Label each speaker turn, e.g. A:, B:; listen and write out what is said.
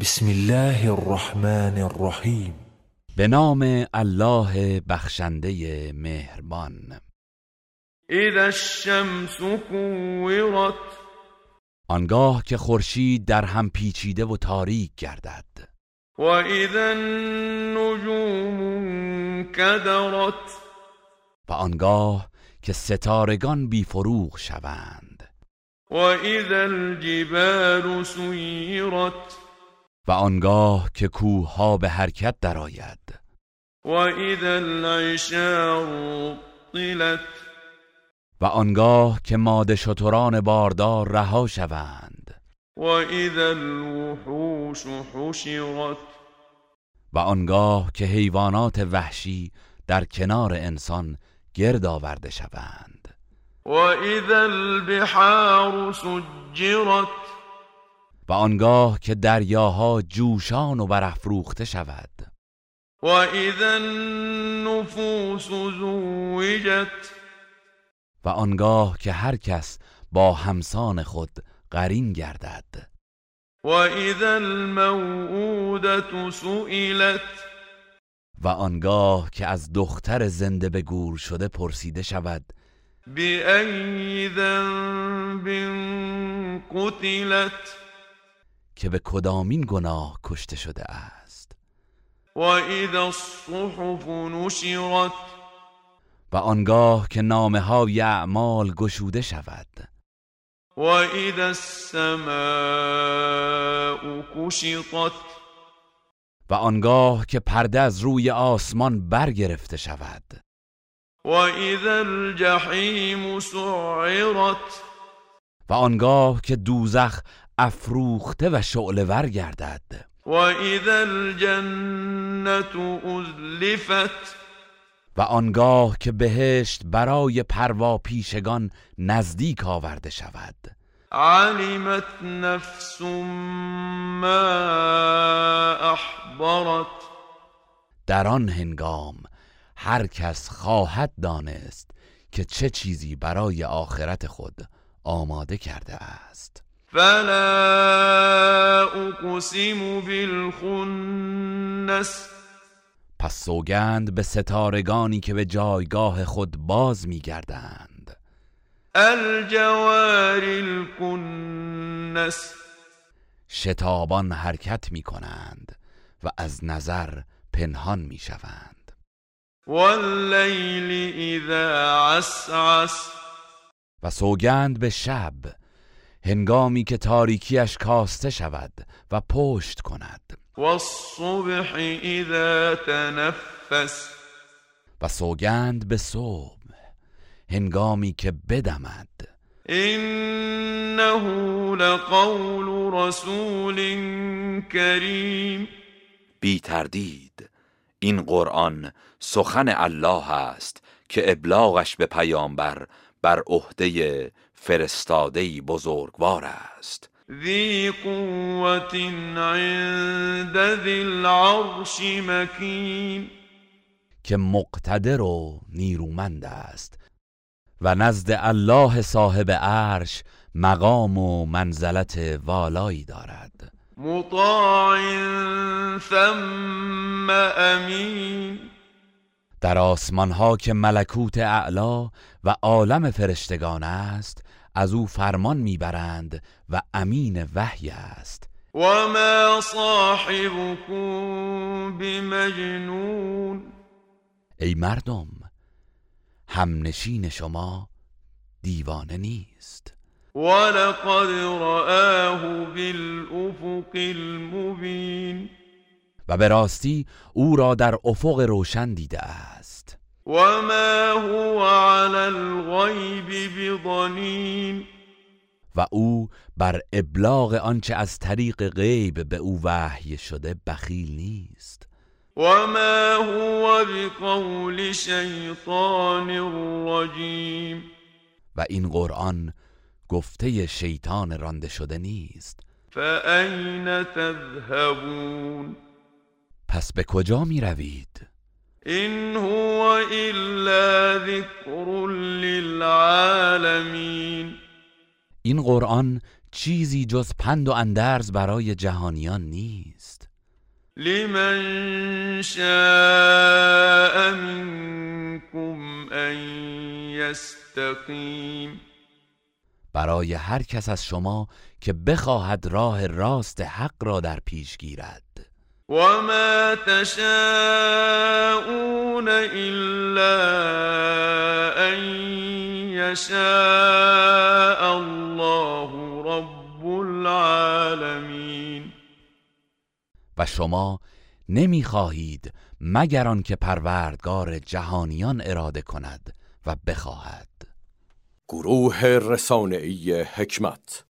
A: بسم الله الرحمن الرحیم
B: به نام الله بخشنده مهربان
C: إذا الشمس كورت
B: آنگاه که خورشید در هم پیچیده و تاریک گردد
C: وإذا النجوم انكدرت
B: و آنگاه که ستارگان بیفروغ شوند
C: وإذا الجبال سيرت
B: و آنگاه که کوه ها به حرکت درآید
C: وإذا العشار طلت
B: و آنگاه که ماده شتران باردار رها شوند
C: وإذا الوحوش حشرت
B: و آنگاه که حیوانات وحشی در کنار انسان گرد آورده شوند
C: وإذا البحار سجرت
B: و آنگاه که دریاها جوشان و برافروخته شود
C: وإذا النفوس زوجت
B: و آنگاه که هر کس با همسان خود قرین گردد
C: وإذا الموءودة سئلت
B: و آنگاه که از دختر زنده به گور شده پرسیده شود
C: بأي ذنب قتلت
B: که به کدامین گناه کشته شده است
C: وإذا الصحف نشرت
B: و آنگاه که نامه های اعمال گشوده شود
C: وإذا السماء كشطت
B: و آنگاه که پرده از روی آسمان برگرفته شود
C: وإذا الجحيم سعرت
B: و آنگاه که دوزخ افروخته و شعلور گردد
C: وإذا الجنة أزلفت
B: و آنگاه که بهشت برای پرواپیشگان نزدیک آورده شود
C: علمت نفس ما أحضرت
B: در آن هنگام هر کس خواهد دانست که چه چیزی برای آخرت خود آماده کرده است
C: فلا أقسم بالخنس
B: پس سوگند به ستارگانی که به جایگاه خود باز می گردند
C: الجوار الكنس
B: شتابان حرکت می کنند و از نظر پنهان می شوند
C: والليل إذا عسعس
B: و سوگند به شب هنگامی که تاریکیش کاسته شود و پشت کند
C: والصبح إذا تنفس
B: و سوگند به صبح هنگامی که بدمد
C: إنه لقول رسول كريم
D: بی تردید این قرآن سخن الله است که ابلاغش به پیامبر بر عهده فرستادهی بزرگوار است
C: ذي قوة عند ذي العرش مكين
B: که مقتدر و نیرومند است و نزد الله صاحب عرش مقام و منزلت والایی دارد
C: مطاع ثم امين
B: در آسمانها که ملکوت اعلا و عالم فرشتگان است از او فرمان میبرند و امین وحی است
C: وما صاحبكم بمجنون
B: ای مردم همنشین شما دیوانه نیست
C: ولقد رآه بالأفق المبين
B: و به راستی او را در افق روشن دیده است
C: وما هو على الغيب بضنين
B: و او بر ابلاغ آنچه از طریق غیب به او وحی شده بخیل نیست
C: وما هو بقول شيطان رجيم
B: و این قرآن گفته شیطان رانده شده نیست
C: فأين تذهبون
B: پس به کجا می روید؟
C: إن هو إلا ذكر للعالمين
B: این قرآن چیزی جز پند و اندرز برای جهانیان نیست
C: لمن شاء منكم أن يستقيم
B: برای هر کس از شما که بخواهد راه راست حق را در پیش گیرد
C: وما تشاءون إلا أن يشاء الله رب العالمين
B: و شما نمیخواهید مگر آنکه پروردگار جهانیان اراده کند و بخواهد
E: گروه رسانه‌ای حکمت